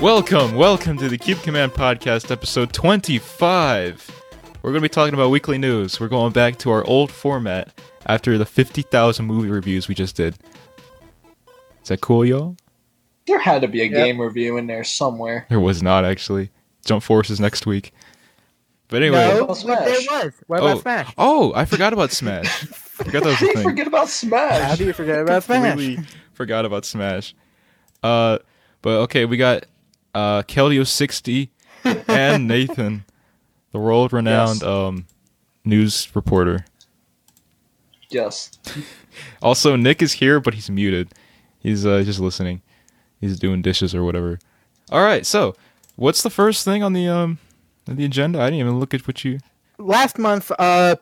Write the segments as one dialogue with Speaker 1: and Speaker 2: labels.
Speaker 1: Welcome, welcome to the Cube Command Podcast, episode 25. We're going to be talking about weekly news. We're going back to our old format after the 50,000 movie reviews we just did. Is that cool, y'all?
Speaker 2: There had to be a game review in there somewhere.
Speaker 1: There was not, actually. Jump Force is next week. But anyway.
Speaker 2: What
Speaker 3: No,
Speaker 2: about
Speaker 3: what there
Speaker 2: Smash?
Speaker 3: was. What
Speaker 1: oh,
Speaker 3: about Smash?
Speaker 1: oh, I forgot about Smash. forgot that was
Speaker 2: How
Speaker 1: a
Speaker 2: do you
Speaker 1: thing.
Speaker 2: forget about
Speaker 3: How
Speaker 2: Smash?
Speaker 3: do you forget about Smash?
Speaker 1: Completely forgot about Smash. Uh, but okay, we got uh, Keldeo60 and Nathan, the world renowned
Speaker 2: Yes.
Speaker 1: um, news reporter.
Speaker 2: Yes.
Speaker 1: Also, Nick is here, but he's muted. He's uh, just listening. He's doing dishes or whatever. All right, so what's the first thing on the um on the agenda? I didn't even look at what you.
Speaker 3: Last month, uh,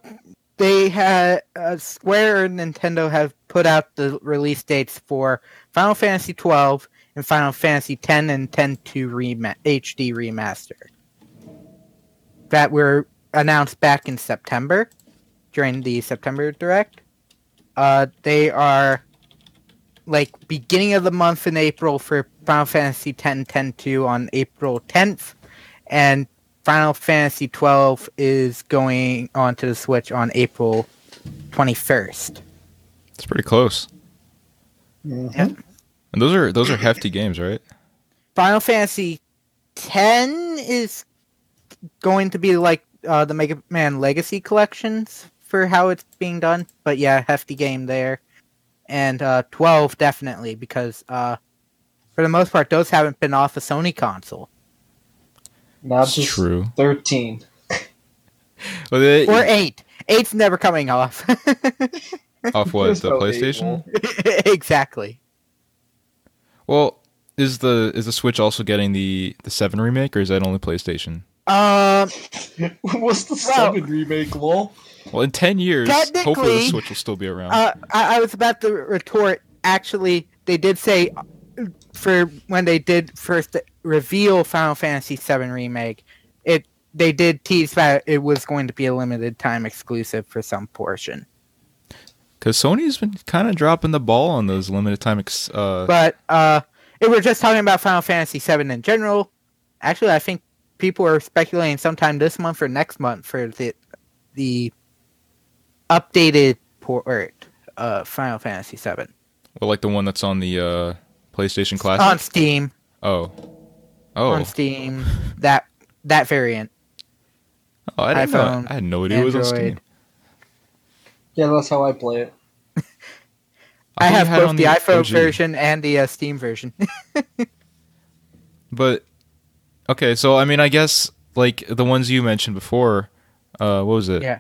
Speaker 3: they had uh, Square and Nintendo have put out the release dates for Final Fantasy twelve and Final Fantasy ten and ten two rema- HD remaster that were announced back in September during the September Direct. Uh, they are like beginning of the month in April for Final Fantasy X 10 2 on April 10th, and Final Fantasy 12 is going onto the Switch on April 21st.
Speaker 1: It's pretty close.
Speaker 3: Mm.
Speaker 1: And those are those are hefty games, right?
Speaker 3: Final Fantasy 10 is going to be like uh, the Mega Man Legacy collections for how it's being done, but yeah, hefty game there. And uh, 12 definitely because uh, for the most part those haven't been off a Sony console.
Speaker 2: Now
Speaker 1: It's
Speaker 2: just
Speaker 1: true.
Speaker 2: 13.
Speaker 1: Well, they,
Speaker 3: or eight. Eight's never coming off.
Speaker 1: off what
Speaker 2: There's
Speaker 1: the
Speaker 2: no
Speaker 1: PlayStation?
Speaker 2: eight.
Speaker 3: exactly.
Speaker 1: Well, is the is the Switch also getting the the seven remake, or is that only PlayStation?
Speaker 3: Um,
Speaker 2: What's the 7 remake, lol?
Speaker 1: Well, in ten years, hopefully the
Speaker 3: Technically,
Speaker 1: Switch will still be around.
Speaker 3: uh, I, I was about to retort. Actually, they did say uh, for when they did first reveal Final Fantasy VII remake, it they did tease that it was going to be a limited time exclusive for some portion.
Speaker 1: Because Sony's been kind of dropping the ball on those limited time. Ex- uh,
Speaker 3: But uh, if we're just talking about Final Fantasy VII in general, actually, I think people are speculating sometime this month or next month for the the updated port of Final Fantasy VII
Speaker 1: well, like the one that's on the uh, PlayStation Classic.
Speaker 3: on Steam.
Speaker 1: oh, oh,
Speaker 3: On Steam, that that variant.
Speaker 1: oh I didn't know.
Speaker 3: iPhone,
Speaker 1: I had no idea it was on Steam.
Speaker 3: Android.
Speaker 2: Yeah, that's how I play it.
Speaker 3: I,
Speaker 1: thought you
Speaker 3: have
Speaker 1: had it on
Speaker 3: both the iPhone
Speaker 1: OG.
Speaker 3: version and the uh, Steam version.
Speaker 1: But okay, so I mean, I guess like the ones you mentioned before. Uh, what was it?
Speaker 3: Yeah.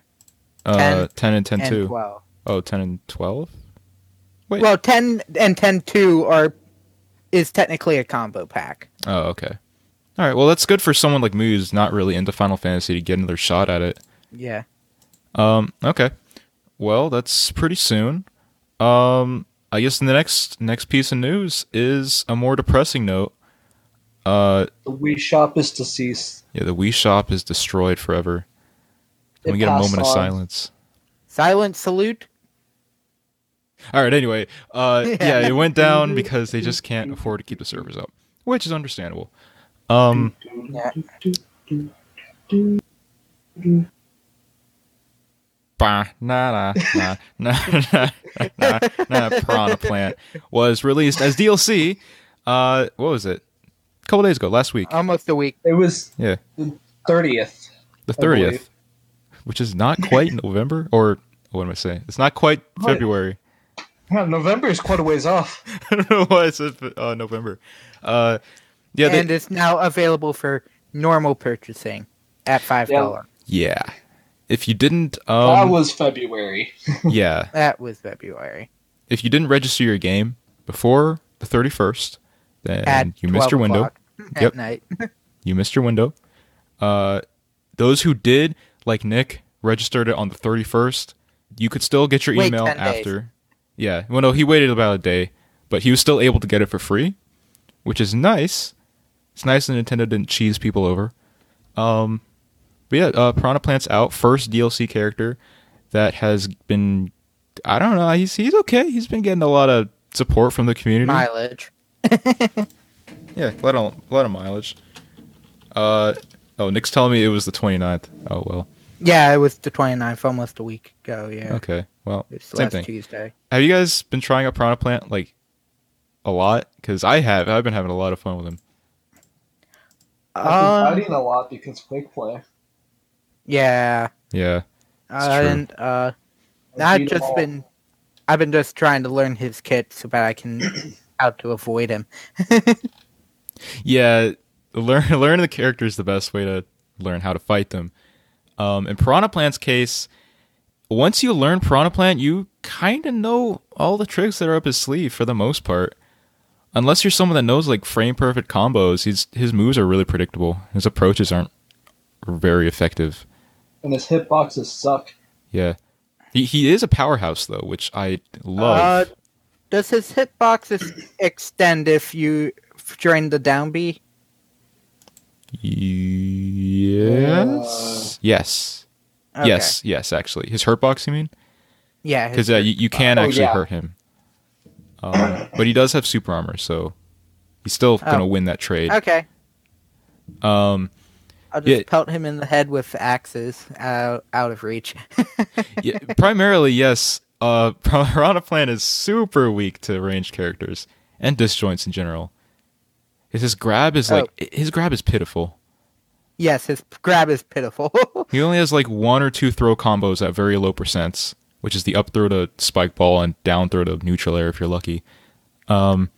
Speaker 1: Uh, 10, and 10
Speaker 3: and
Speaker 1: too.
Speaker 3: 12.
Speaker 1: Oh, 10 and 12? Wait.
Speaker 3: Well, 10 and 10 2 are is technically a combo pack.
Speaker 1: Oh, okay. All right. Well, that's good for someone like me who's not really into Final Fantasy to get another shot at it.
Speaker 3: Yeah.
Speaker 1: Um, okay. Well, that's pretty soon. Um, I guess the next next piece of news is a more depressing note. Uh,
Speaker 2: The Wii Shop is deceased.
Speaker 1: yeah, the Wii Shop is destroyed forever. Can
Speaker 2: It
Speaker 1: we get a
Speaker 2: passed
Speaker 1: moment of
Speaker 2: on.
Speaker 1: silence?
Speaker 3: Silent salute.
Speaker 1: All right. Anyway, uh,
Speaker 3: Yeah.
Speaker 1: yeah, it went down because they just can't afford to keep the servers up, which is understandable. Um,
Speaker 3: Yeah.
Speaker 1: bah, nah, nah, nah, nah, nah, nah, nah, piranha plant was released as DLC. Uh, what was it? A couple days ago, last week,
Speaker 3: Almost a week.
Speaker 2: It was
Speaker 1: Yeah.
Speaker 2: the 30th.
Speaker 1: the
Speaker 2: I believe.
Speaker 1: thirtieth, which is not quite November or what am I saying? It's not quite
Speaker 2: What?
Speaker 1: February.
Speaker 2: Yeah, November is quite a ways off.
Speaker 1: I don't know why I said uh, November. Uh, yeah, they,
Speaker 3: and it's now available for normal purchasing at five dollars.
Speaker 1: yeah. If you didn't,
Speaker 2: that
Speaker 1: um,
Speaker 2: was February.
Speaker 1: yeah,
Speaker 3: That was February.
Speaker 1: if you didn't register your game before the thirty first, then
Speaker 3: At
Speaker 1: you missed
Speaker 3: 12
Speaker 1: your window.
Speaker 3: o'clock At
Speaker 1: Yep.
Speaker 3: night.
Speaker 1: you missed your window. Uh, those who did, like Nick, registered it on the 31st. You could still get your
Speaker 3: Wait
Speaker 1: email
Speaker 3: 10 days.
Speaker 1: after. Yeah. Well, no, he waited about a day, but he was still able to get it for free, which is nice. It's nice that Nintendo didn't cheese people over. Um, but yeah, uh, Piranha Plant's out. First DLC character that has been, I don't know, he's he's okay. He's been getting a lot of support from the community.
Speaker 3: mileage.
Speaker 1: Yeah, a lot of, a lot of mileage. Uh, oh, Nick's telling me it was the 29th. Oh, well.
Speaker 3: Yeah, it was the 29th, almost a week ago. Yeah,
Speaker 1: Okay. Well,
Speaker 3: it's
Speaker 1: same
Speaker 3: last
Speaker 1: thing.
Speaker 3: Tuesday.
Speaker 1: Have you guys been trying out Piranha Plant like a lot? Because I have. I've been having a lot of fun with him.
Speaker 2: I've
Speaker 3: Um,
Speaker 2: been fighting a lot because quick play.
Speaker 3: yeah,
Speaker 1: Yeah.
Speaker 3: uh,
Speaker 1: true.
Speaker 3: and uh,
Speaker 2: I
Speaker 3: I've
Speaker 2: beat 'em
Speaker 3: just
Speaker 2: all.
Speaker 3: been, I've been just trying to learn his kit so that I can how to avoid him.
Speaker 1: Yeah. Learn learn the character is the best way to learn how to fight them. Um, in Piranha Plant's case, once you learn Piranha Plant, you kind of know all the tricks that are up his sleeve for the most part. Unless you're someone that knows like frame perfect combos, his his moves are really predictable. His approaches aren't very effective.
Speaker 2: and his hitboxes suck.
Speaker 1: Yeah. He he is a powerhouse though, which I love.
Speaker 3: Uh, does his hitboxes extend if you during the down B?
Speaker 1: yes. yes.
Speaker 3: Okay.
Speaker 1: Yes. Yes, actually. His hurt box, you mean?
Speaker 3: Yeah.
Speaker 1: Cuz
Speaker 3: His,
Speaker 1: uh, you, you can
Speaker 2: Oh,
Speaker 1: actually
Speaker 2: yeah.
Speaker 1: hurt him. Um, but he does have super armor, so he's still going to
Speaker 3: Oh.
Speaker 1: win that trade.
Speaker 3: okay.
Speaker 1: Um
Speaker 3: I'll just
Speaker 1: Yeah.
Speaker 3: pelt him in the head with axes out, out of reach.
Speaker 1: yeah, primarily, yes, uh Piranha Plant is super weak to ranged characters and disjoints in general. 'Cause His grab is like
Speaker 3: Oh.
Speaker 1: his grab is pitiful.
Speaker 3: yes, his grab is pitiful. Uh,
Speaker 1: He only has like one or two throw combos at very low percents, which is the up throw to spike ball and down throw to neutral air if you're lucky. Um,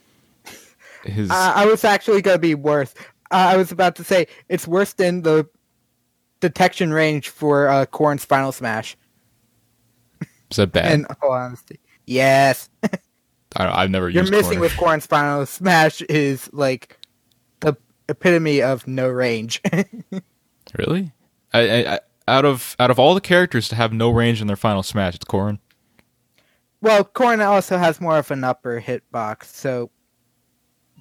Speaker 1: his
Speaker 3: Uh, I was actually going to be worse. Uh, I was about to say it's worse than the detection range for uh, Corn's Final Smash.
Speaker 1: is that bad?
Speaker 3: In all honesty, yes,
Speaker 1: I don't, I've never
Speaker 3: you're
Speaker 1: used.
Speaker 3: missing
Speaker 1: corner.
Speaker 3: with Corn's Final Smash is like the epitome of no range.
Speaker 1: really. I, I, I out of out of all the characters to have no range in their final smash, it's Corrin.
Speaker 3: well, Corn also has more of an upper hitbox, so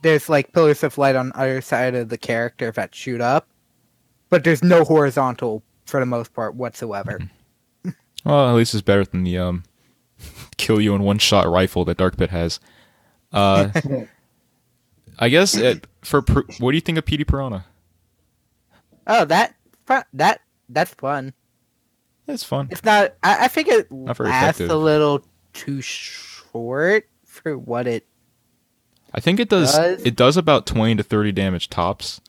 Speaker 3: there's like pillars of light on either side of the character that shoot up, but there's no horizontal for the most part whatsoever.
Speaker 1: Mm-hmm. Well, at least it's better than the um, kill you in one shot rifle that Dark Pit has. Uh, I guess it, for Pir- what do you think of PD Piranha?
Speaker 3: Oh, that that that's fun.
Speaker 1: It's fun.
Speaker 3: It's not. I, I think it
Speaker 1: very
Speaker 3: lasts a
Speaker 1: effective.
Speaker 3: little too short for what it.
Speaker 1: I think it does,
Speaker 3: Does-
Speaker 1: It does about twenty to thirty damage tops.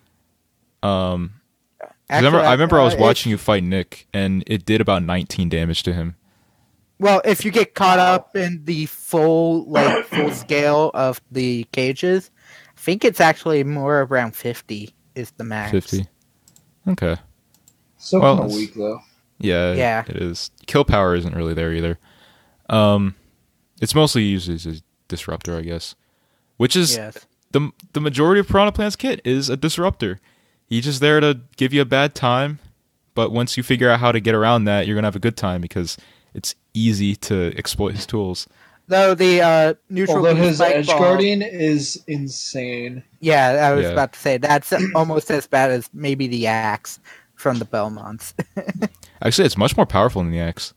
Speaker 1: Um, 'cause I remember,
Speaker 3: actually,
Speaker 1: I remember I was
Speaker 3: uh, it-
Speaker 1: watching you fight Nick, and it did about nineteen damage to him.
Speaker 3: well, if you get caught up in the full like full scale of the cages, I think it's actually more around fifty is the max.
Speaker 1: Fifty. Okay.
Speaker 2: So
Speaker 1: Well,
Speaker 2: kind of
Speaker 1: it's-
Speaker 2: weak though.
Speaker 1: Yeah.
Speaker 3: Yeah.
Speaker 1: It is. Kill power isn't really there either. Um, it's mostly used as a disruptor, I guess, which is
Speaker 3: Yes.
Speaker 1: the the majority of Piranha Plant's kit is a disruptor. He's just there to give you a bad time, but once you figure out how to get around that, you're gonna have a good time because it's easy to exploit his tools.
Speaker 3: Though the uh, neutral
Speaker 2: Although
Speaker 3: beam
Speaker 2: his
Speaker 3: spike
Speaker 2: edge
Speaker 3: ball-
Speaker 2: guarding is insane.
Speaker 3: Yeah, I was
Speaker 1: Yeah.
Speaker 3: about to say that's almost as bad as maybe the axe from the Belmonts.
Speaker 1: Actually, it's much more powerful than the axe.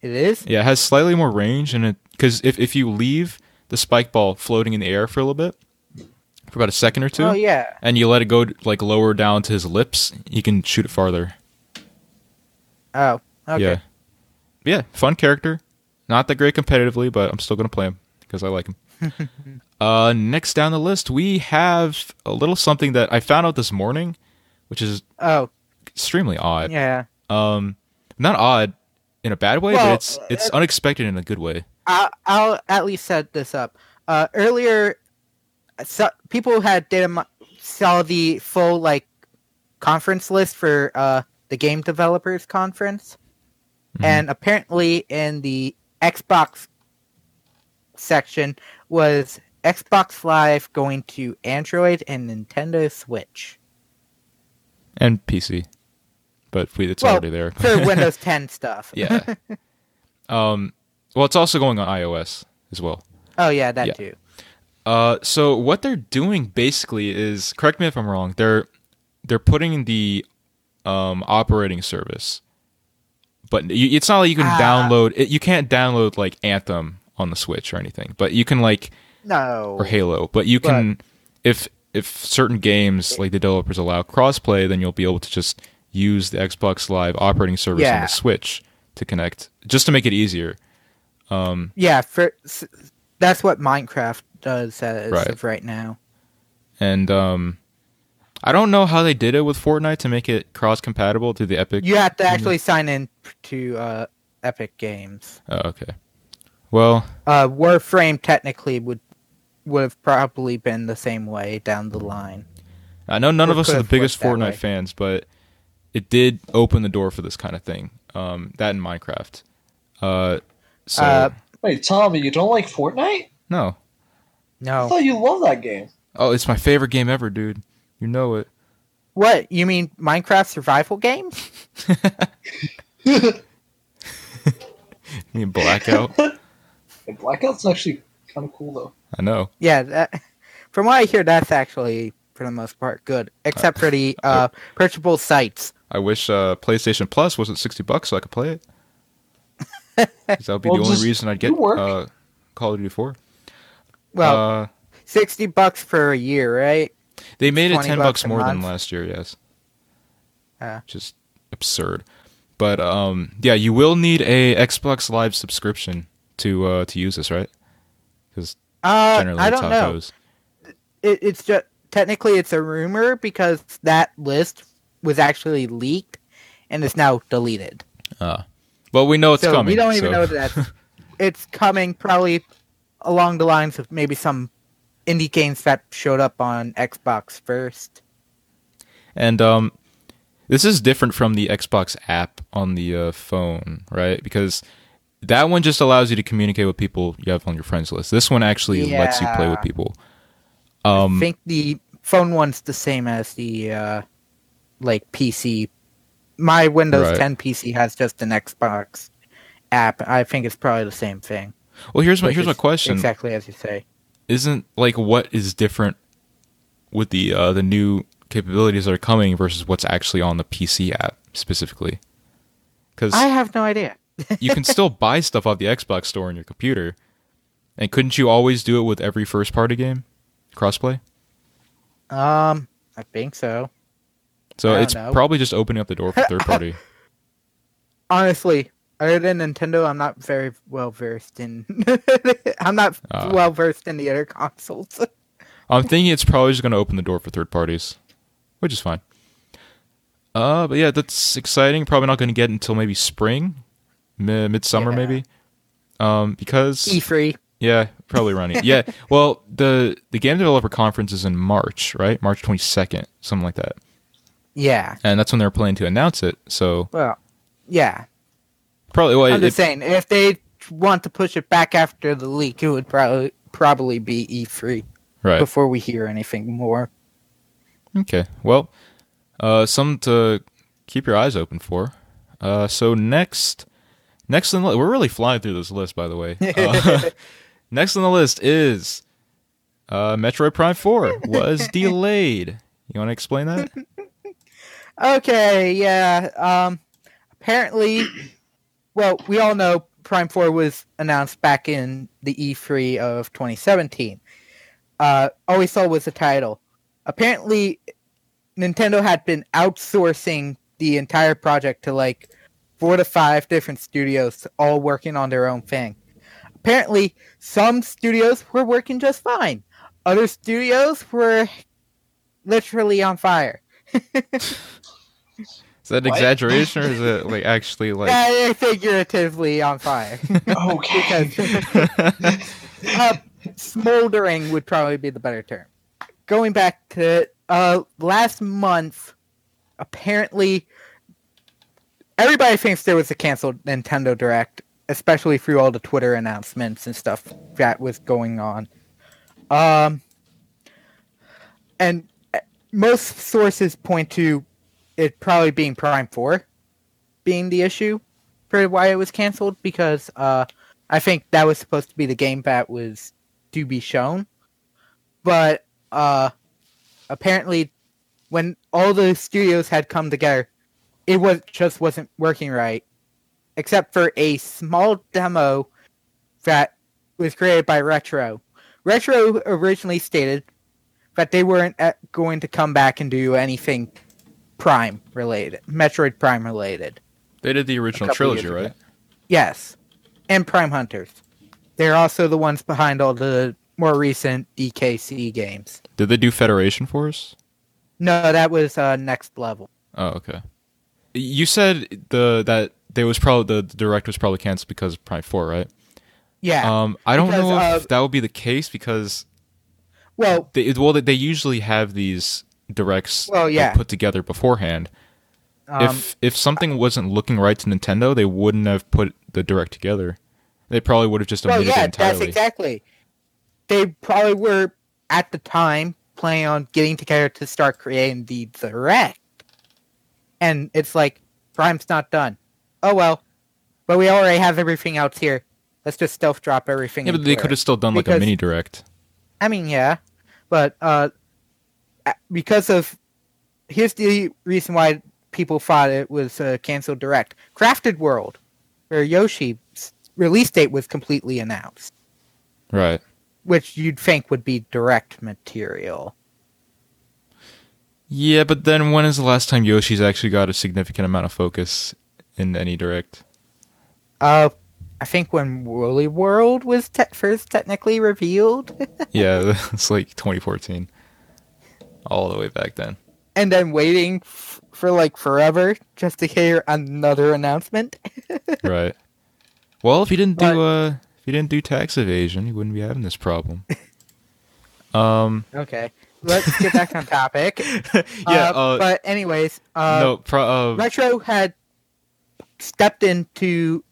Speaker 3: it is.
Speaker 1: Yeah, it has slightly more range, and it because if if you leave the spike ball floating in the air for a little bit, for about a second or two,
Speaker 3: Oh yeah.
Speaker 1: and you let it go like lower down to his lips, you can shoot it farther.
Speaker 3: Oh. Okay.
Speaker 1: Yeah, yeah, fun character. Not that great competitively, but I'm still gonna play him because I like him. uh, next down the list, we have a little something that I found out this morning, which is
Speaker 3: Oh
Speaker 1: extremely odd.
Speaker 3: yeah.
Speaker 1: Um, not odd in a bad way, but
Speaker 3: Well, uh,
Speaker 1: it's it's unexpected in a good way.
Speaker 3: I'll, I'll at least set this up. Uh, earlier, so, people who had data mi- saw the full like conference list for uh, the game developers conference,
Speaker 1: Mhm.
Speaker 3: and apparently in the Xbox section was Xbox Live going to Android and Nintendo Switch
Speaker 1: and PC, but we, it's
Speaker 3: Well,
Speaker 1: already there.
Speaker 3: for Windows 10 stuff.
Speaker 1: yeah. Um. Well, it's also going on iOS as well.
Speaker 3: Oh yeah, that
Speaker 1: Yeah.
Speaker 3: too.
Speaker 1: Uh, so what they're doing basically is correct me if I'm wrong. They're they're putting the um, operating service, but you, it's not like you can
Speaker 3: Ah.
Speaker 1: download. It, you can't download like Anthem on the Switch or anything. But you can like
Speaker 3: No.
Speaker 1: or Halo. But you can if if certain games like the developers allow crossplay, then you'll be able to just use the Xbox Live operating service on
Speaker 3: Yeah.
Speaker 1: the Switch to connect, just to make it easier. Um,
Speaker 3: Yeah, for s- that's what Minecraft does as
Speaker 1: Right.
Speaker 3: of right now.
Speaker 1: And um, I don't know how they did it with Fortnite to make it cross compatible to the Epic.
Speaker 3: You have to actually sign in to uh, Epic Games.
Speaker 1: Oh, okay. Well,
Speaker 3: Uh, Warframe technically would would have probably been the same way down the line.
Speaker 1: I know none
Speaker 3: Or
Speaker 1: of us are
Speaker 3: could
Speaker 1: the
Speaker 3: have
Speaker 1: biggest
Speaker 3: worked that
Speaker 1: Fortnite
Speaker 3: way.
Speaker 1: fans, but it did open the door for this kind of thing. Um, that and Minecraft. Uh, so
Speaker 3: Uh,
Speaker 2: Wait, Tommy, you don't like Fortnite?
Speaker 1: no,
Speaker 2: I
Speaker 3: No.
Speaker 2: thought you loved that game.
Speaker 1: Oh, it's my favorite game ever, dude. You know it.
Speaker 3: What? You mean Minecraft survival game?
Speaker 1: You mean Blackout?
Speaker 2: And Blackout's actually kind of cool though.
Speaker 1: I know.
Speaker 3: Yeah, that, from what I hear, that's actually for the most part good, except for the uh, purchasable sites.
Speaker 1: I wish uh, PlayStation Plus wasn't sixty bucks so I could play it. 'Cause that would be
Speaker 2: Well,
Speaker 1: the only
Speaker 2: just
Speaker 1: reason I'd
Speaker 2: do
Speaker 1: get
Speaker 2: work.
Speaker 1: uh, Call of Duty Four.
Speaker 3: Well,
Speaker 1: uh,
Speaker 3: sixty bucks for a year, right?
Speaker 1: they made it
Speaker 3: 20
Speaker 1: ten
Speaker 3: bucks
Speaker 1: bucks
Speaker 3: a
Speaker 1: more than
Speaker 3: month. Uh.
Speaker 1: last year. Yes.
Speaker 3: Yeah.
Speaker 1: Just absurd. But um, yeah, you will need a Xbox Live subscription to uh, to use this, right? Because
Speaker 3: Uh,
Speaker 1: generally,
Speaker 3: I
Speaker 1: that's
Speaker 3: don't
Speaker 1: how it
Speaker 3: know.
Speaker 1: goes.
Speaker 3: It, it's just technically it's a rumor because that list was actually leaked, and it's now deleted.
Speaker 1: Well, we know it's
Speaker 3: so
Speaker 1: coming.
Speaker 3: we don't even
Speaker 1: so-
Speaker 3: know that it's coming. Probably along the lines of maybe some indie games that showed up on Xbox first.
Speaker 1: And um, this is different from the Xbox app on the uh, phone, right? Because that one just allows you to communicate with people you have on your friends list. This one actually lets you play with
Speaker 3: Yeah.
Speaker 1: people.
Speaker 3: I
Speaker 1: Um,
Speaker 3: think the phone one's the same as the uh, like PC. My Windows
Speaker 1: Right.
Speaker 3: 10 PC has just an Xbox app. I think it's probably the same thing.
Speaker 1: well, here's my
Speaker 3: which
Speaker 1: here's my
Speaker 3: is
Speaker 1: question:
Speaker 3: Exactly as you say.
Speaker 1: Isn't like what is different with the uh, the new capabilities that are coming versus what's actually on the PC app specifically? Because
Speaker 3: I have no idea.
Speaker 1: you can still buy stuff off the Xbox store on your computer, and couldn't you always do it with every first party game crossplay?
Speaker 3: Um, I think so. I
Speaker 1: So
Speaker 3: don't
Speaker 1: it's
Speaker 3: know.
Speaker 1: probably just opening up the door for third party.
Speaker 3: Honestly, other than Nintendo, I'm not very well versed in. I'm not
Speaker 1: Ah.
Speaker 3: well versed in the other consoles.
Speaker 1: I'm thinking it's probably just going to open the door for third parties, which is fine. Uh, but yeah, that's exciting. Probably not going to get until maybe spring, mi- midsummer
Speaker 3: Yeah.
Speaker 1: maybe. Um, because
Speaker 3: E3.
Speaker 1: yeah, probably running. yeah, well the the game developer conference is in March, right? March 22nd, something like that,
Speaker 3: Yeah.
Speaker 1: and that's when they're planning to announce it. So
Speaker 3: Well, yeah.
Speaker 1: probably well,
Speaker 3: I'm
Speaker 1: it-
Speaker 3: just saying, if they want to push it back after the leak, it would probably probably be E3
Speaker 1: right.
Speaker 3: before we hear anything more.
Speaker 1: Okay. Well, uh, something to keep your eyes open for. Uh, so next, next on the we're really flying through this list, by the way. Uh, next on the list is uh, Metroid Prime Four was delayed. You want to explain that?
Speaker 3: Okay, yeah. Um, apparently, well, we all know Prime Four was announced back in the E3 of 2017. Uh, all we saw was the title. Apparently, Nintendo had been outsourcing the entire project to like four to five different studios, all working on their own thing. Apparently, some studios were working just fine. Other studios were literally on fire.
Speaker 1: Is that an
Speaker 2: What?
Speaker 1: exaggeration or is it like actually like?
Speaker 3: yeah, they're figuratively on fire
Speaker 2: okay.
Speaker 3: because uh, smoldering would probably be the better term. Going back to uh, last month, apparently everybody thinks there was a canceled Nintendo Direct, especially through all the Twitter announcements and stuff that was going on. Um, and uh, most sources point to it probably being Prime Four being the issue for why it was canceled because uh, I think that was supposed to be the game that was to be shown. But uh, apparently, when all the studios had come together, it was just wasn't working right, except for a small demo that was created by Retro. Retro originally stated that they weren't uh, going to come back and do anything Prime related, Metroid Prime related.
Speaker 1: They did the original
Speaker 3: couple
Speaker 1: trilogy,
Speaker 3: years ago.
Speaker 1: right?
Speaker 3: Yes. And Prime Hunters. They're also the ones behind all the more recent DKC games.
Speaker 1: Did they do Federation Force?
Speaker 3: No, that was uh, next level.
Speaker 1: Oh, okay. You said the that there was probably the, the direct was probably canceled because of Prime Four, right?
Speaker 3: Yeah.
Speaker 1: Um, I don't
Speaker 3: Because,
Speaker 1: know if
Speaker 3: uh,
Speaker 1: that would be the case because
Speaker 3: well,
Speaker 1: they well they, they usually have these directs
Speaker 3: Well,
Speaker 1: like,
Speaker 3: yeah.
Speaker 1: put together beforehand.
Speaker 3: um,
Speaker 1: if if something wasn't looking right to Nintendo, they wouldn't have put the direct together. They probably would have just
Speaker 3: well,
Speaker 1: omitted it
Speaker 3: yeah, that's
Speaker 1: entirely.
Speaker 3: exactly. They probably were at the time planning on getting together to start creating the direct, and it's like Prime's not done. Oh well, but we already have everything else here. Let's just stealth drop everything.
Speaker 1: yeah, but they
Speaker 3: into
Speaker 1: could
Speaker 3: it.
Speaker 1: have still done like a
Speaker 3: Because-
Speaker 1: mini direct.
Speaker 3: I mean, yeah, but uh, a- because of here's the reason why people thought it was uh, canceled direct. Crafted World, where Yoshi's release date was completely announced,
Speaker 1: Right.
Speaker 3: which you'd think would be direct material.
Speaker 1: Yeah, but then when is the last time Yoshi's actually got a significant amount of focus in any direct?
Speaker 3: Uh, I think when Woolly World was te- first technically revealed,
Speaker 1: yeah, it's like 2014. All the way back then.
Speaker 3: and then waiting f- for like forever just to hear another announcement.
Speaker 1: Right. Well, if you didn't do uh if you didn't do tax evasion, you wouldn't be having this problem. Um
Speaker 3: Okay, let's get back on topic.
Speaker 1: yeah,
Speaker 3: Uh,
Speaker 1: uh,
Speaker 3: but anyways, uh,
Speaker 1: no, pro- uh,
Speaker 3: Retro had stepped into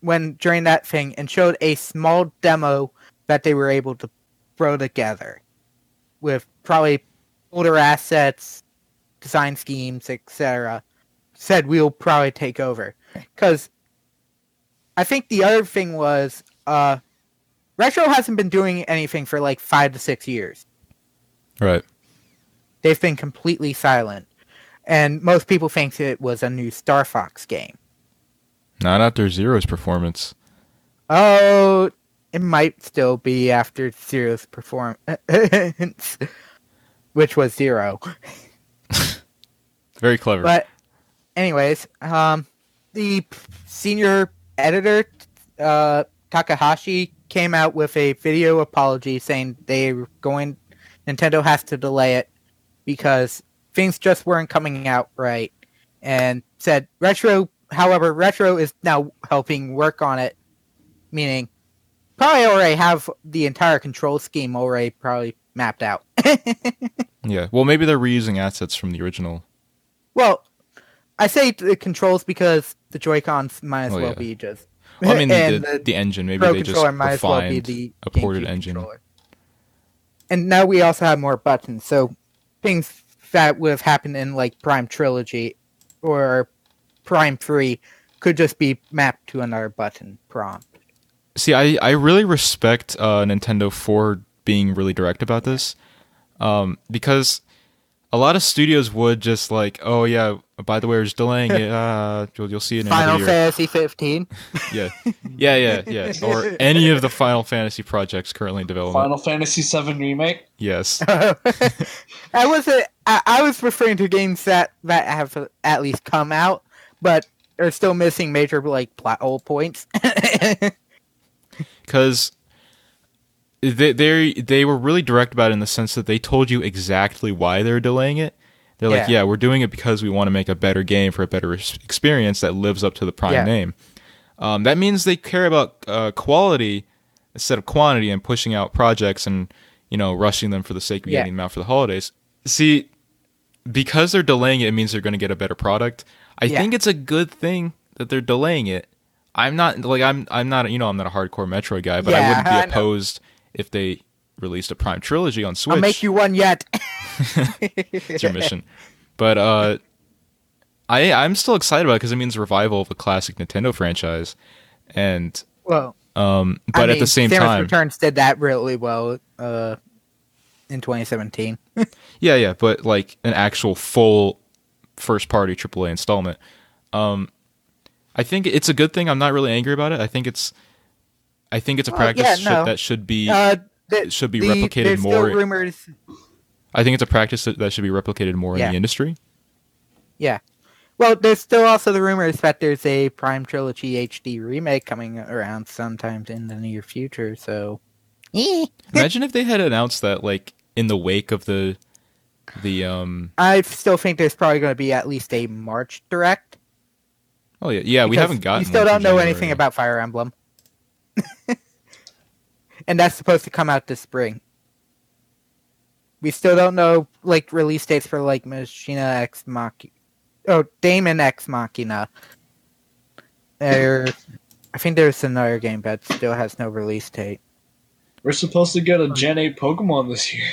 Speaker 3: when during that thing and showed a small demo that they were able to throw together with probably older assets, design schemes, etc. Said we'll probably take over because I think the other thing was uh, Retro hasn't been doing anything for like five to six years
Speaker 1: right.
Speaker 3: they've been completely silent. And most people think it was a new Star Fox game.
Speaker 1: Not after Zero's performance.
Speaker 3: Oh, it might still be after Zero's performance, which was Zero.
Speaker 1: Very clever.
Speaker 3: But, anyways, um, the p- senior editor, uh, Takahashi, came out with a video apology saying they were going, Nintendo has to delay it because things just weren't coming out right, and said Retro. However, Retro is now helping work on it, meaning probably already have the entire control scheme already probably mapped out.
Speaker 1: yeah. Well, maybe they're reusing assets from the original.
Speaker 3: Well, I say the controls because the Joy Cons might as
Speaker 1: Oh,
Speaker 3: well
Speaker 1: yeah.
Speaker 3: be just.
Speaker 1: Well, I mean,
Speaker 3: and
Speaker 1: the, the, engine. Maybe
Speaker 3: Pro
Speaker 1: they just
Speaker 3: controller might as well be
Speaker 1: refined
Speaker 3: the
Speaker 1: a ported
Speaker 3: GameCube
Speaker 1: engine.
Speaker 3: controller. And now we also have more buttons, so things that would have happened in like Prime Trilogy or Prime Three could just be mapped to another button prompt.
Speaker 1: See, I, I really respect uh, Nintendo for being really direct about this, um, because a lot of studios would just like, oh yeah, by the way, we're just delaying it. Uh, you'll, you'll see it in
Speaker 3: Final
Speaker 1: another year.
Speaker 3: Fantasy 15.
Speaker 1: Yeah, yeah, yeah, yeah. Or any of the Final Fantasy projects currently in development.
Speaker 2: Final Fantasy VII remake.
Speaker 1: Yes.
Speaker 3: I wasn't. I, I was referring to games that that have at least come out, but are still missing major like plot hole points.
Speaker 1: because they they they were really direct about it in the sense that they told you exactly why they're delaying it. They're like,
Speaker 3: Yeah.
Speaker 1: yeah, we're doing it because we want to make a better game for a better ex- experience that lives up to the prime
Speaker 3: Yeah.
Speaker 1: name. Um, that means they care about uh, quality instead of quantity and pushing out projects and you know rushing them for the sake of
Speaker 3: Yeah.
Speaker 1: getting them out for the holidays. See, because they're delaying it, it means they're going to get a better product. I
Speaker 3: Yeah.
Speaker 1: think it's a good thing that they're delaying it. I'm not like I'm I'm not you know I'm not a hardcore Metroid guy, but I
Speaker 3: Yeah,
Speaker 1: wouldn't
Speaker 3: I
Speaker 1: be
Speaker 3: know.
Speaker 1: opposed if they released a Prime trilogy on Switch.
Speaker 3: I'll make you one yet.
Speaker 1: it's your mission, but uh, I I'm still excited about it because it means revival of a classic Nintendo franchise, and
Speaker 3: Well,
Speaker 1: Um,
Speaker 3: I
Speaker 1: but at
Speaker 3: mean,
Speaker 1: the same
Speaker 3: Samus
Speaker 1: time,
Speaker 3: Returns did that really well uh, in 2017.
Speaker 1: yeah, yeah, but like an actual full first party AAA installment. Um, I think it's a good thing. I'm not really angry about it. I think it's, I think it's a
Speaker 3: Well,
Speaker 1: practice
Speaker 3: yeah,
Speaker 1: sh-
Speaker 3: no.
Speaker 1: that should be.
Speaker 3: Uh, th-
Speaker 1: it should be
Speaker 3: the-
Speaker 1: replicated
Speaker 3: there's still
Speaker 1: more.
Speaker 3: rumors.
Speaker 1: I think it's a practice that, that should be replicated more
Speaker 3: Yeah.
Speaker 1: in the industry.
Speaker 3: Well, there's still also the rumors that there's a Prime Trilogy HD remake coming around sometime in the near future. So, Eh.
Speaker 1: Imagine if they had announced that like in the wake of the, the um.
Speaker 3: I still think there's probably going to be at least a March direct.
Speaker 1: Oh yeah, yeah. We
Speaker 3: because
Speaker 1: haven't gotten.
Speaker 3: You still
Speaker 1: one
Speaker 3: don't
Speaker 1: for
Speaker 3: know
Speaker 1: January.
Speaker 3: anything about Fire Emblem, and that's supposed to come out this spring. We still don't know like release dates for like Machina X Machina, oh Damon X Machina. There, I think there's another game that still has no release date.
Speaker 2: We're supposed to get a Gen 8 Pokemon this year.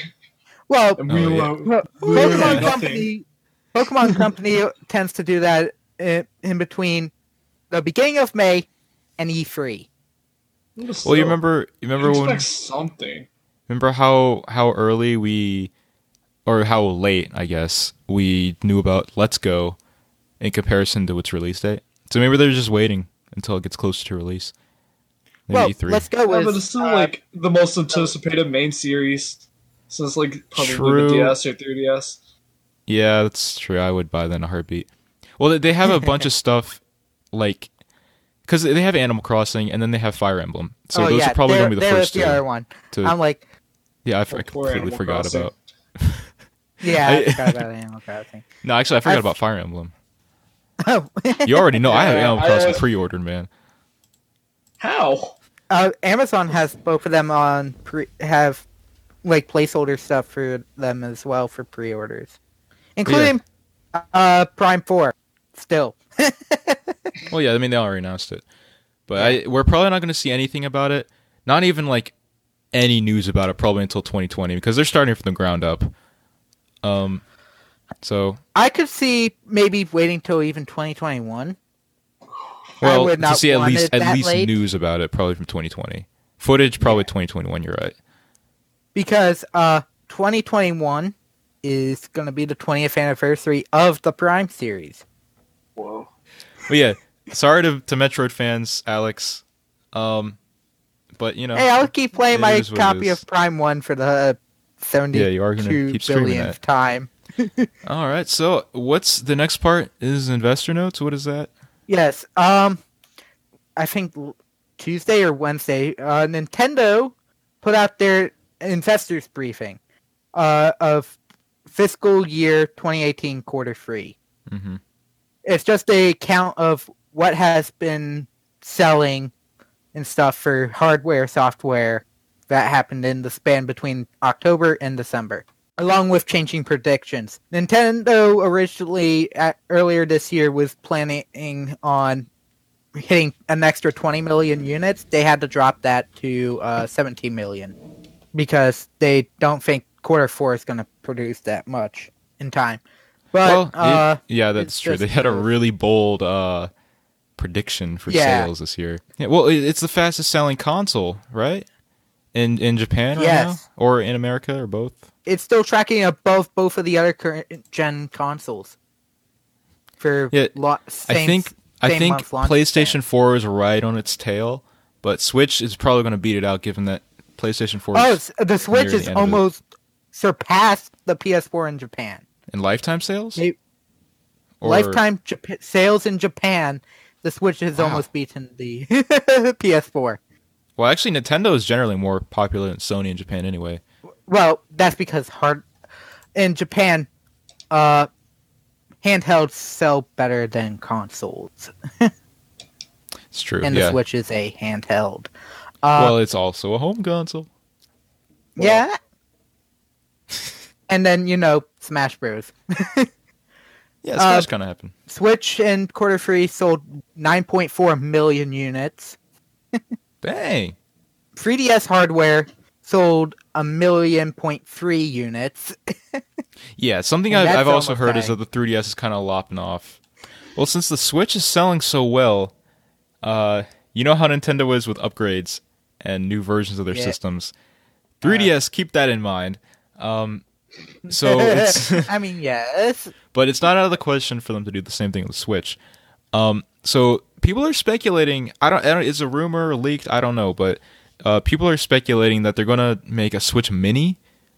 Speaker 3: Well,
Speaker 2: And we
Speaker 1: Oh, yeah.
Speaker 2: were-
Speaker 3: Well,
Speaker 2: We don't
Speaker 3: Pokemon
Speaker 2: have
Speaker 3: Company, Pokemon Company tends to do that in, in between the beginning of May and E E3.
Speaker 1: Well, you remember, you remember
Speaker 2: expect
Speaker 1: when
Speaker 2: something.
Speaker 1: Remember how how early we or how late, I guess, we knew about Let's Go in comparison to its release date. So maybe they're just waiting until it gets closer to release. Maybe E
Speaker 3: well,
Speaker 1: E3.
Speaker 3: let's go
Speaker 2: Yeah,
Speaker 3: with
Speaker 2: but it's still
Speaker 3: uh,
Speaker 2: like the most anticipated main series since like probably
Speaker 1: True.
Speaker 2: the DS or 3DS.
Speaker 1: Yeah, that's true. I would buy that in a heartbeat. Well, they- they have a bunch of stuff like because they have Animal Crossing and then they have Fire Emblem. So
Speaker 3: oh,
Speaker 1: those
Speaker 3: yeah,
Speaker 1: are probably
Speaker 3: there,
Speaker 1: going to be the
Speaker 3: there is
Speaker 1: first two.
Speaker 3: the other one.
Speaker 1: to-
Speaker 3: I'm like,
Speaker 1: yeah, I, for- I
Speaker 2: Before
Speaker 1: completely
Speaker 2: Animal
Speaker 1: forgot
Speaker 2: Crossing.
Speaker 1: about.
Speaker 3: yeah, I
Speaker 1: I-
Speaker 3: forgot about Animal Crossing.
Speaker 1: No, actually, I forgot
Speaker 3: I've-
Speaker 1: about Fire Emblem.
Speaker 3: Oh,
Speaker 1: You already know I have
Speaker 2: Yeah,
Speaker 1: Animal
Speaker 2: I
Speaker 1: Crossing
Speaker 2: always-
Speaker 1: pre-ordered, man.
Speaker 2: How?
Speaker 3: uh, Amazon has both of them on pre- have like placeholder stuff for them as well for pre-orders, including uh, Prime Four. Still,
Speaker 1: Well, yeah, I mean they already announced it, but I, we're probably not going to see anything about it. Not even like any news about it probably until 2020 because they're starting from the ground up. Um, so
Speaker 3: I could see maybe waiting till even 2021.
Speaker 1: well
Speaker 3: would
Speaker 1: to
Speaker 3: not
Speaker 1: see at
Speaker 3: want
Speaker 1: least
Speaker 3: it
Speaker 1: at
Speaker 3: that
Speaker 1: least
Speaker 3: late.
Speaker 1: news about it probably from 2020. Footage probably 2021. You're right.
Speaker 3: because uh 2021 is going to be the 20th anniversary of the prime series
Speaker 2: Whoa.
Speaker 1: But yeah, sorry to, to Metroid fans, Alex. Um, but you know,
Speaker 3: hey i'll keep playing
Speaker 1: It
Speaker 3: my
Speaker 1: is what it
Speaker 3: copy
Speaker 1: is.
Speaker 3: of prime 1 for the
Speaker 1: yeah, you are
Speaker 3: 72
Speaker 1: going
Speaker 3: billionth
Speaker 1: to keep streaming that.
Speaker 3: time
Speaker 1: All right. So what's the next part? Is investor notes? What is that?
Speaker 3: yes um i think l- tuesday or wednesday uh nintendo put out their investors briefing uh of fiscal year 2018 quarter three
Speaker 1: Mm-hmm.
Speaker 3: it's just a count of what has been selling and stuff for hardware, software that happened in the span between October and December, along with changing predictions. Nintendo originally, at, earlier this year, was planning on hitting an extra 20 million units. They had to drop that to uh, 17 million because they don't think quarter four is going to produce that much in time.
Speaker 1: well,
Speaker 3: But
Speaker 1: it-
Speaker 3: uh,
Speaker 1: yeah, that's
Speaker 3: it's
Speaker 1: true. They
Speaker 3: just
Speaker 1: had a
Speaker 3: those-
Speaker 1: really bold uh, prediction for
Speaker 3: Yeah.
Speaker 1: sales this year. Yeah, well, it, it's the fastest selling console, right? In in Japan right
Speaker 3: Yes.
Speaker 1: now, or in America, or both.
Speaker 3: it's still tracking above both of the other current gen consoles for
Speaker 1: Yeah,
Speaker 3: lo- same,
Speaker 1: I think I
Speaker 3: same
Speaker 1: think
Speaker 3: month launch
Speaker 1: PlayStation
Speaker 3: span.
Speaker 1: Four is right on its tail, but Switch is probably going to beat it out, given that PlayStation Four
Speaker 3: Oh,
Speaker 1: is
Speaker 3: s- the Switch
Speaker 1: the
Speaker 3: is
Speaker 1: end of it.
Speaker 3: almost surpassed the PS4 in Japan.
Speaker 1: in lifetime sales.
Speaker 3: They-
Speaker 1: Or-
Speaker 3: Lifetime Jap- sales in Japan, the Switch has
Speaker 1: Wow.
Speaker 3: almost beaten the PS4.
Speaker 1: Well, actually, Nintendo is generally more popular than Sony in Japan, anyway.
Speaker 3: Well, that's because hard in Japan, uh, handhelds sell better than consoles,
Speaker 1: It's true.
Speaker 3: and
Speaker 1: yeah.
Speaker 3: the Switch is a handheld. Uh,
Speaker 1: well, it's also a home console.
Speaker 2: Well-
Speaker 3: yeah. and then, you know, Smash Bros.
Speaker 1: Yeah,
Speaker 3: uh,
Speaker 1: Smash kind of happened.
Speaker 3: Switch and quarter three sold 9.4 million units.
Speaker 1: Dang.
Speaker 3: 3DS hardware sold a million point three units.
Speaker 1: Yeah, something
Speaker 3: And
Speaker 1: I've,
Speaker 3: that's
Speaker 1: I've also
Speaker 3: almost
Speaker 1: heard is
Speaker 3: dying.
Speaker 1: that the 3DS is kind of lopping off. Well, since the Switch is selling so well, uh, You know how Nintendo is with upgrades and new versions of their
Speaker 3: Yeah. Uh-huh.
Speaker 1: systems. 3DS, keep that in mind. Um, so it's
Speaker 3: I mean, yes.
Speaker 1: but it's not out of the question for them to do the same thing with the Switch. Um, so people are speculating. I don't. I don't it's a rumor leaked. I don't know, but uh, people are speculating that they're gonna make a Switch Mini,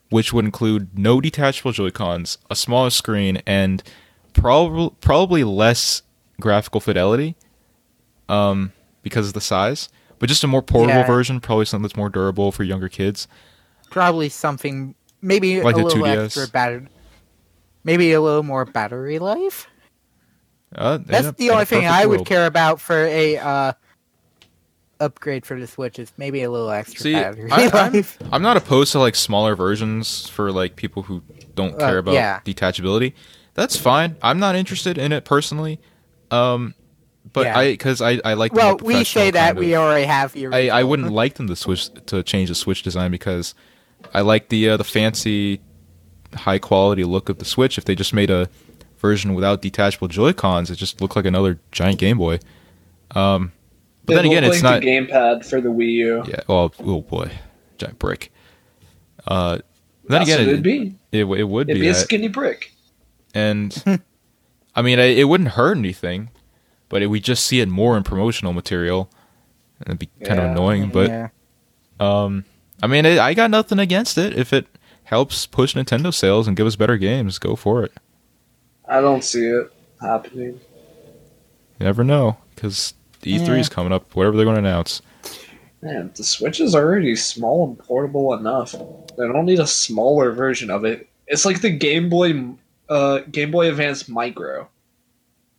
Speaker 1: which would include no detachable Joy Cons, a smaller screen, and probably probably less graphical fidelity, um, because of the size. But just a more portable
Speaker 3: Yeah.
Speaker 1: version, probably something that's more durable for younger kids.
Speaker 3: Probably something, maybe
Speaker 1: Like
Speaker 3: a
Speaker 1: the
Speaker 3: little
Speaker 1: 2DS.
Speaker 3: extra battery. Maybe a little more battery life.
Speaker 1: Uh,
Speaker 3: That's
Speaker 1: in a-
Speaker 3: the
Speaker 1: in a
Speaker 3: only thing
Speaker 1: perfect
Speaker 3: I
Speaker 1: world.
Speaker 3: would care about for a uh, upgrade for the Switch is maybe a little extra
Speaker 1: See,
Speaker 3: battery
Speaker 1: I- I'm-
Speaker 3: life.
Speaker 1: I'm not opposed to like smaller versions for like people who don't
Speaker 3: Uh,
Speaker 1: care about
Speaker 3: yeah.
Speaker 1: detachability. That's fine. I'm not interested in it personally. Um, but
Speaker 3: Yeah.
Speaker 1: I because I I like the
Speaker 3: well,
Speaker 1: more
Speaker 3: we
Speaker 1: professional
Speaker 3: say that
Speaker 1: kind of-
Speaker 3: we already have the
Speaker 1: I,
Speaker 3: original.
Speaker 1: I wouldn't like them to switch to change the Switch design because I like the uh, the fancy, high quality look of the Switch. If they just made a version without detachable Joy Cons, it just looked like another giant Game Boy. Um, but
Speaker 2: It
Speaker 1: then again,
Speaker 2: looked
Speaker 1: it's
Speaker 2: like
Speaker 1: not
Speaker 2: the gamepad for the Wii U.
Speaker 1: yeah. Well, oh boy, giant brick. Uh, then
Speaker 2: That's
Speaker 1: again,
Speaker 2: what
Speaker 1: it,
Speaker 2: it'd be.
Speaker 1: It, w- it would
Speaker 2: It'd
Speaker 1: be,
Speaker 2: be a
Speaker 1: that.
Speaker 2: skinny brick.
Speaker 1: and I mean, I, it wouldn't hurt anything, but it, we just see it more in promotional material, and it'd be kind of
Speaker 2: Yeah.
Speaker 1: annoying. But
Speaker 3: Yeah.
Speaker 1: um, I mean, it, I got nothing against it if it helps push Nintendo sales and give us better games. Go for it.
Speaker 2: I don't see it happening.
Speaker 1: You never know because E3 is coming up. Whatever they're going to announce.
Speaker 2: Man, the Switch is already small and portable enough. They don't need a smaller version of it. It's like the Game Boy, uh, Game Boy Advance Micro.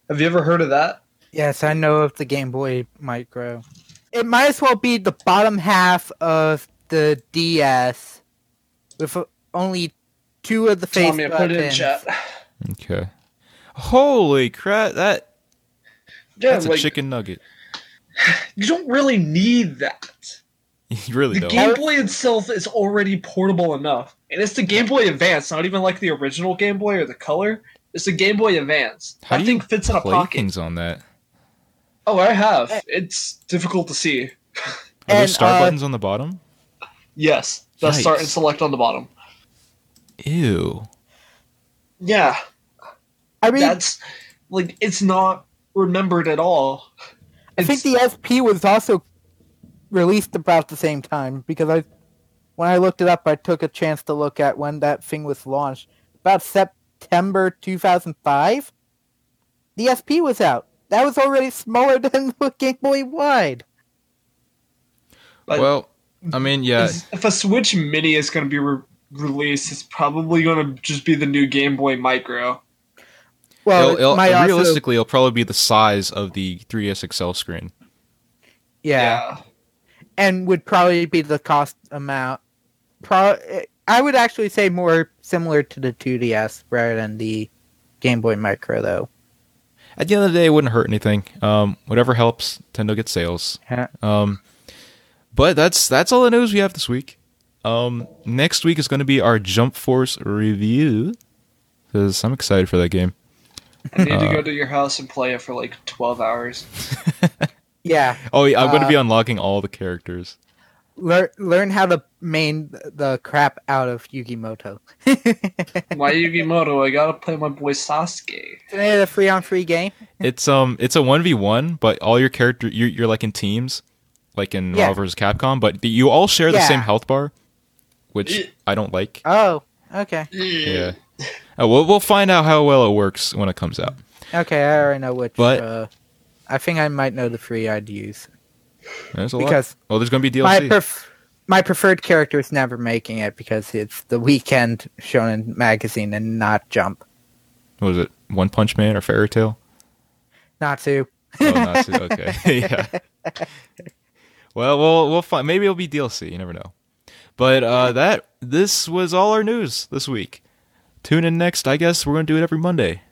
Speaker 2: Have you ever heard of that?
Speaker 3: Yes, I know of the Game Boy Micro. It might as well be the bottom half of the DS with o- only two of the face
Speaker 2: Tommy, I put it in
Speaker 3: buttons.
Speaker 2: chat.
Speaker 1: Okay. Holy crap! That
Speaker 2: Yeah,
Speaker 1: that's a
Speaker 2: like
Speaker 1: chicken nugget.
Speaker 2: you don't really need that.
Speaker 1: You really
Speaker 2: The
Speaker 1: don't.
Speaker 2: Game Boy itself is already portable enough, and it's the Game Boy Advance, not even like the original Game Boy or the Color. It's the Game Boy Advance.
Speaker 1: How
Speaker 2: that
Speaker 1: do you
Speaker 2: thing fits in a
Speaker 1: play
Speaker 2: pocket.
Speaker 1: things on that.
Speaker 2: Oh, I have. It's difficult to see.
Speaker 1: Are there
Speaker 3: And,
Speaker 1: star
Speaker 3: uh,
Speaker 1: buttons on the bottom?
Speaker 2: Yes, the
Speaker 1: Yikes.
Speaker 2: start and select on the bottom.
Speaker 1: Ew.
Speaker 2: Yeah,
Speaker 3: I mean,
Speaker 2: that's like it's not remembered at all.
Speaker 3: I think the SP was also released about the same time because I, when I looked it up, I took a chance to look at when that thing was launched. About September 2005, the SP was out. That was already smaller than the Game Boy Wide.
Speaker 2: But-
Speaker 1: well, I mean, yeah,
Speaker 2: Is- If a Switch Mini is going to be re- released, it's probably going to just be the new Game Boy Micro.
Speaker 3: Well,
Speaker 1: it'll- it'll-
Speaker 3: my also,
Speaker 1: realistically, it'll probably be the size of the 3DS XL screen.
Speaker 3: yeah. and would probably be the cost amount. Pro- I would actually say more similar to the 2DS rather than the Game Boy Micro, though.
Speaker 1: At the end of the day, it wouldn't hurt anything. Um, whatever helps Nintendo get sales.
Speaker 3: Yeah.
Speaker 1: Um, but that's that's all the news we have this week. Um, next week is going to be our Jump Force review because I'm excited for that game.
Speaker 2: I need to
Speaker 1: Uh,
Speaker 2: go to your house and play it for like 12 hours.
Speaker 3: Yeah,
Speaker 1: Oh, yeah, I'm going to
Speaker 3: Uh,
Speaker 1: be unlocking all the characters.
Speaker 3: learn learn how to main the crap out of Yugimoto.
Speaker 2: Why Yugimoto? I gotta play my boy Sasuke.
Speaker 3: Isn't it a free on free game?
Speaker 1: It's um, it's a one v one, but all your character you're, you're like in teams, like in
Speaker 3: Yeah.
Speaker 1: Marvel vs. Capcom. But the, you all share the
Speaker 3: Yeah.
Speaker 1: same health bar, which
Speaker 2: Eh.
Speaker 1: I don't like.
Speaker 3: Oh, okay,
Speaker 1: Yeah. Uh, we'll we'll find out how well it works when it comes out.
Speaker 3: okay. I already know which.
Speaker 1: But-
Speaker 3: uh, I think I might know the free I'd use
Speaker 1: There's a
Speaker 3: because
Speaker 1: lot. Well, there's gonna be
Speaker 3: my
Speaker 1: DLC.
Speaker 3: perf- my preferred character is never making it because it's the weekend Shonen magazine and not Jump.
Speaker 1: what is it? One Punch Man or Fairy Tail?
Speaker 3: Not to.
Speaker 1: Oh, Natsu. okay. yeah. Well, we'll we'll find. Maybe it'll be DLC. You never know. But uh, that this was all our news this week. Tune in next. I guess we're gonna do it every Monday.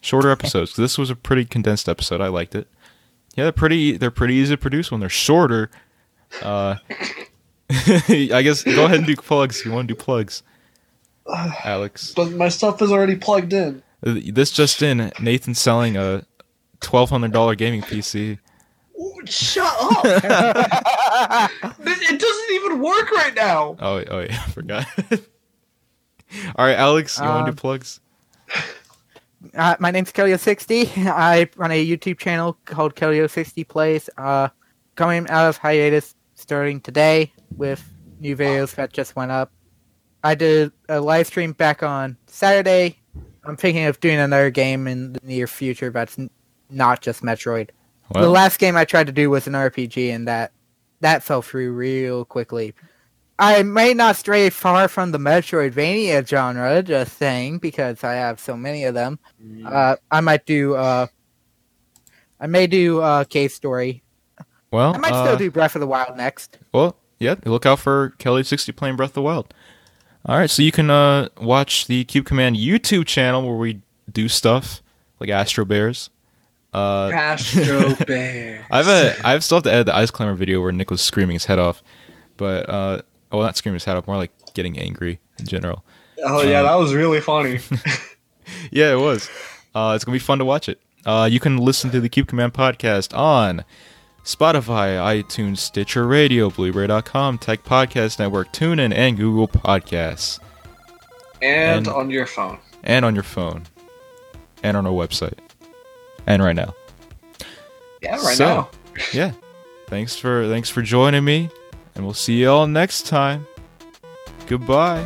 Speaker 1: Shorter episodes. 'cause This was a pretty condensed episode. I liked it. Yeah, they're pretty. e, They're pretty easy to produce when they're shorter. Uh, I guess go ahead and do plugs. You want to do plugs, Alex?
Speaker 2: But my stuff is already plugged in.
Speaker 1: This just in: Nathan's selling a twelve hundred dollar gaming PC.
Speaker 2: Ooh, Shut up! It it doesn't even work right now.
Speaker 1: Oh, wait, oh, yeah, I forgot. All right, Alex, you want to
Speaker 3: Um,
Speaker 1: do plugs?
Speaker 3: Uh, my name's Kelio60. I run a YouTube channel called Kelio60 Plays. Uh, coming out of hiatus starting today with new videos that just went up. I did a live stream back on Saturday. I'm thinking of doing another game in the near future that's n- not just Metroid. the
Speaker 1: Well,
Speaker 3: last game I tried to do was an RPG, and that that fell through real quickly. I may not stray far from the Metroidvania genre, just saying, because I have so many of them. Uh, I might do. Uh, I may do uh, Cave Story.
Speaker 1: well,
Speaker 3: I might
Speaker 1: uh,
Speaker 3: still do Breath of the Wild next.
Speaker 1: Well, yeah, look out for Kelly sixty playing Breath of the Wild. All right, so you can uh, watch the Cube Command YouTube channel where we do stuff like Astro Bears. Uh,
Speaker 2: Astro Bear.
Speaker 1: I've a, I've still have to edit the ice climber video where Nick was screaming his head off, but uh, well, not screaming his head off, more like getting angry in general.
Speaker 2: Oh yeah, that was really funny.
Speaker 1: Yeah, it was. Uh, it's gonna be fun to watch it. Uh, you can listen to the Cube Command podcast on Spotify, iTunes, Stitcher Radio, Blueberry.com, Tech Podcast Network, TuneIn, and Google Podcasts.
Speaker 2: And
Speaker 1: And-
Speaker 2: on your phone.
Speaker 1: and on your phone and on our website and right now
Speaker 2: Yeah, right
Speaker 1: So-
Speaker 2: now.
Speaker 1: yeah thanks for thanks for joining me and we'll see you all next time goodbye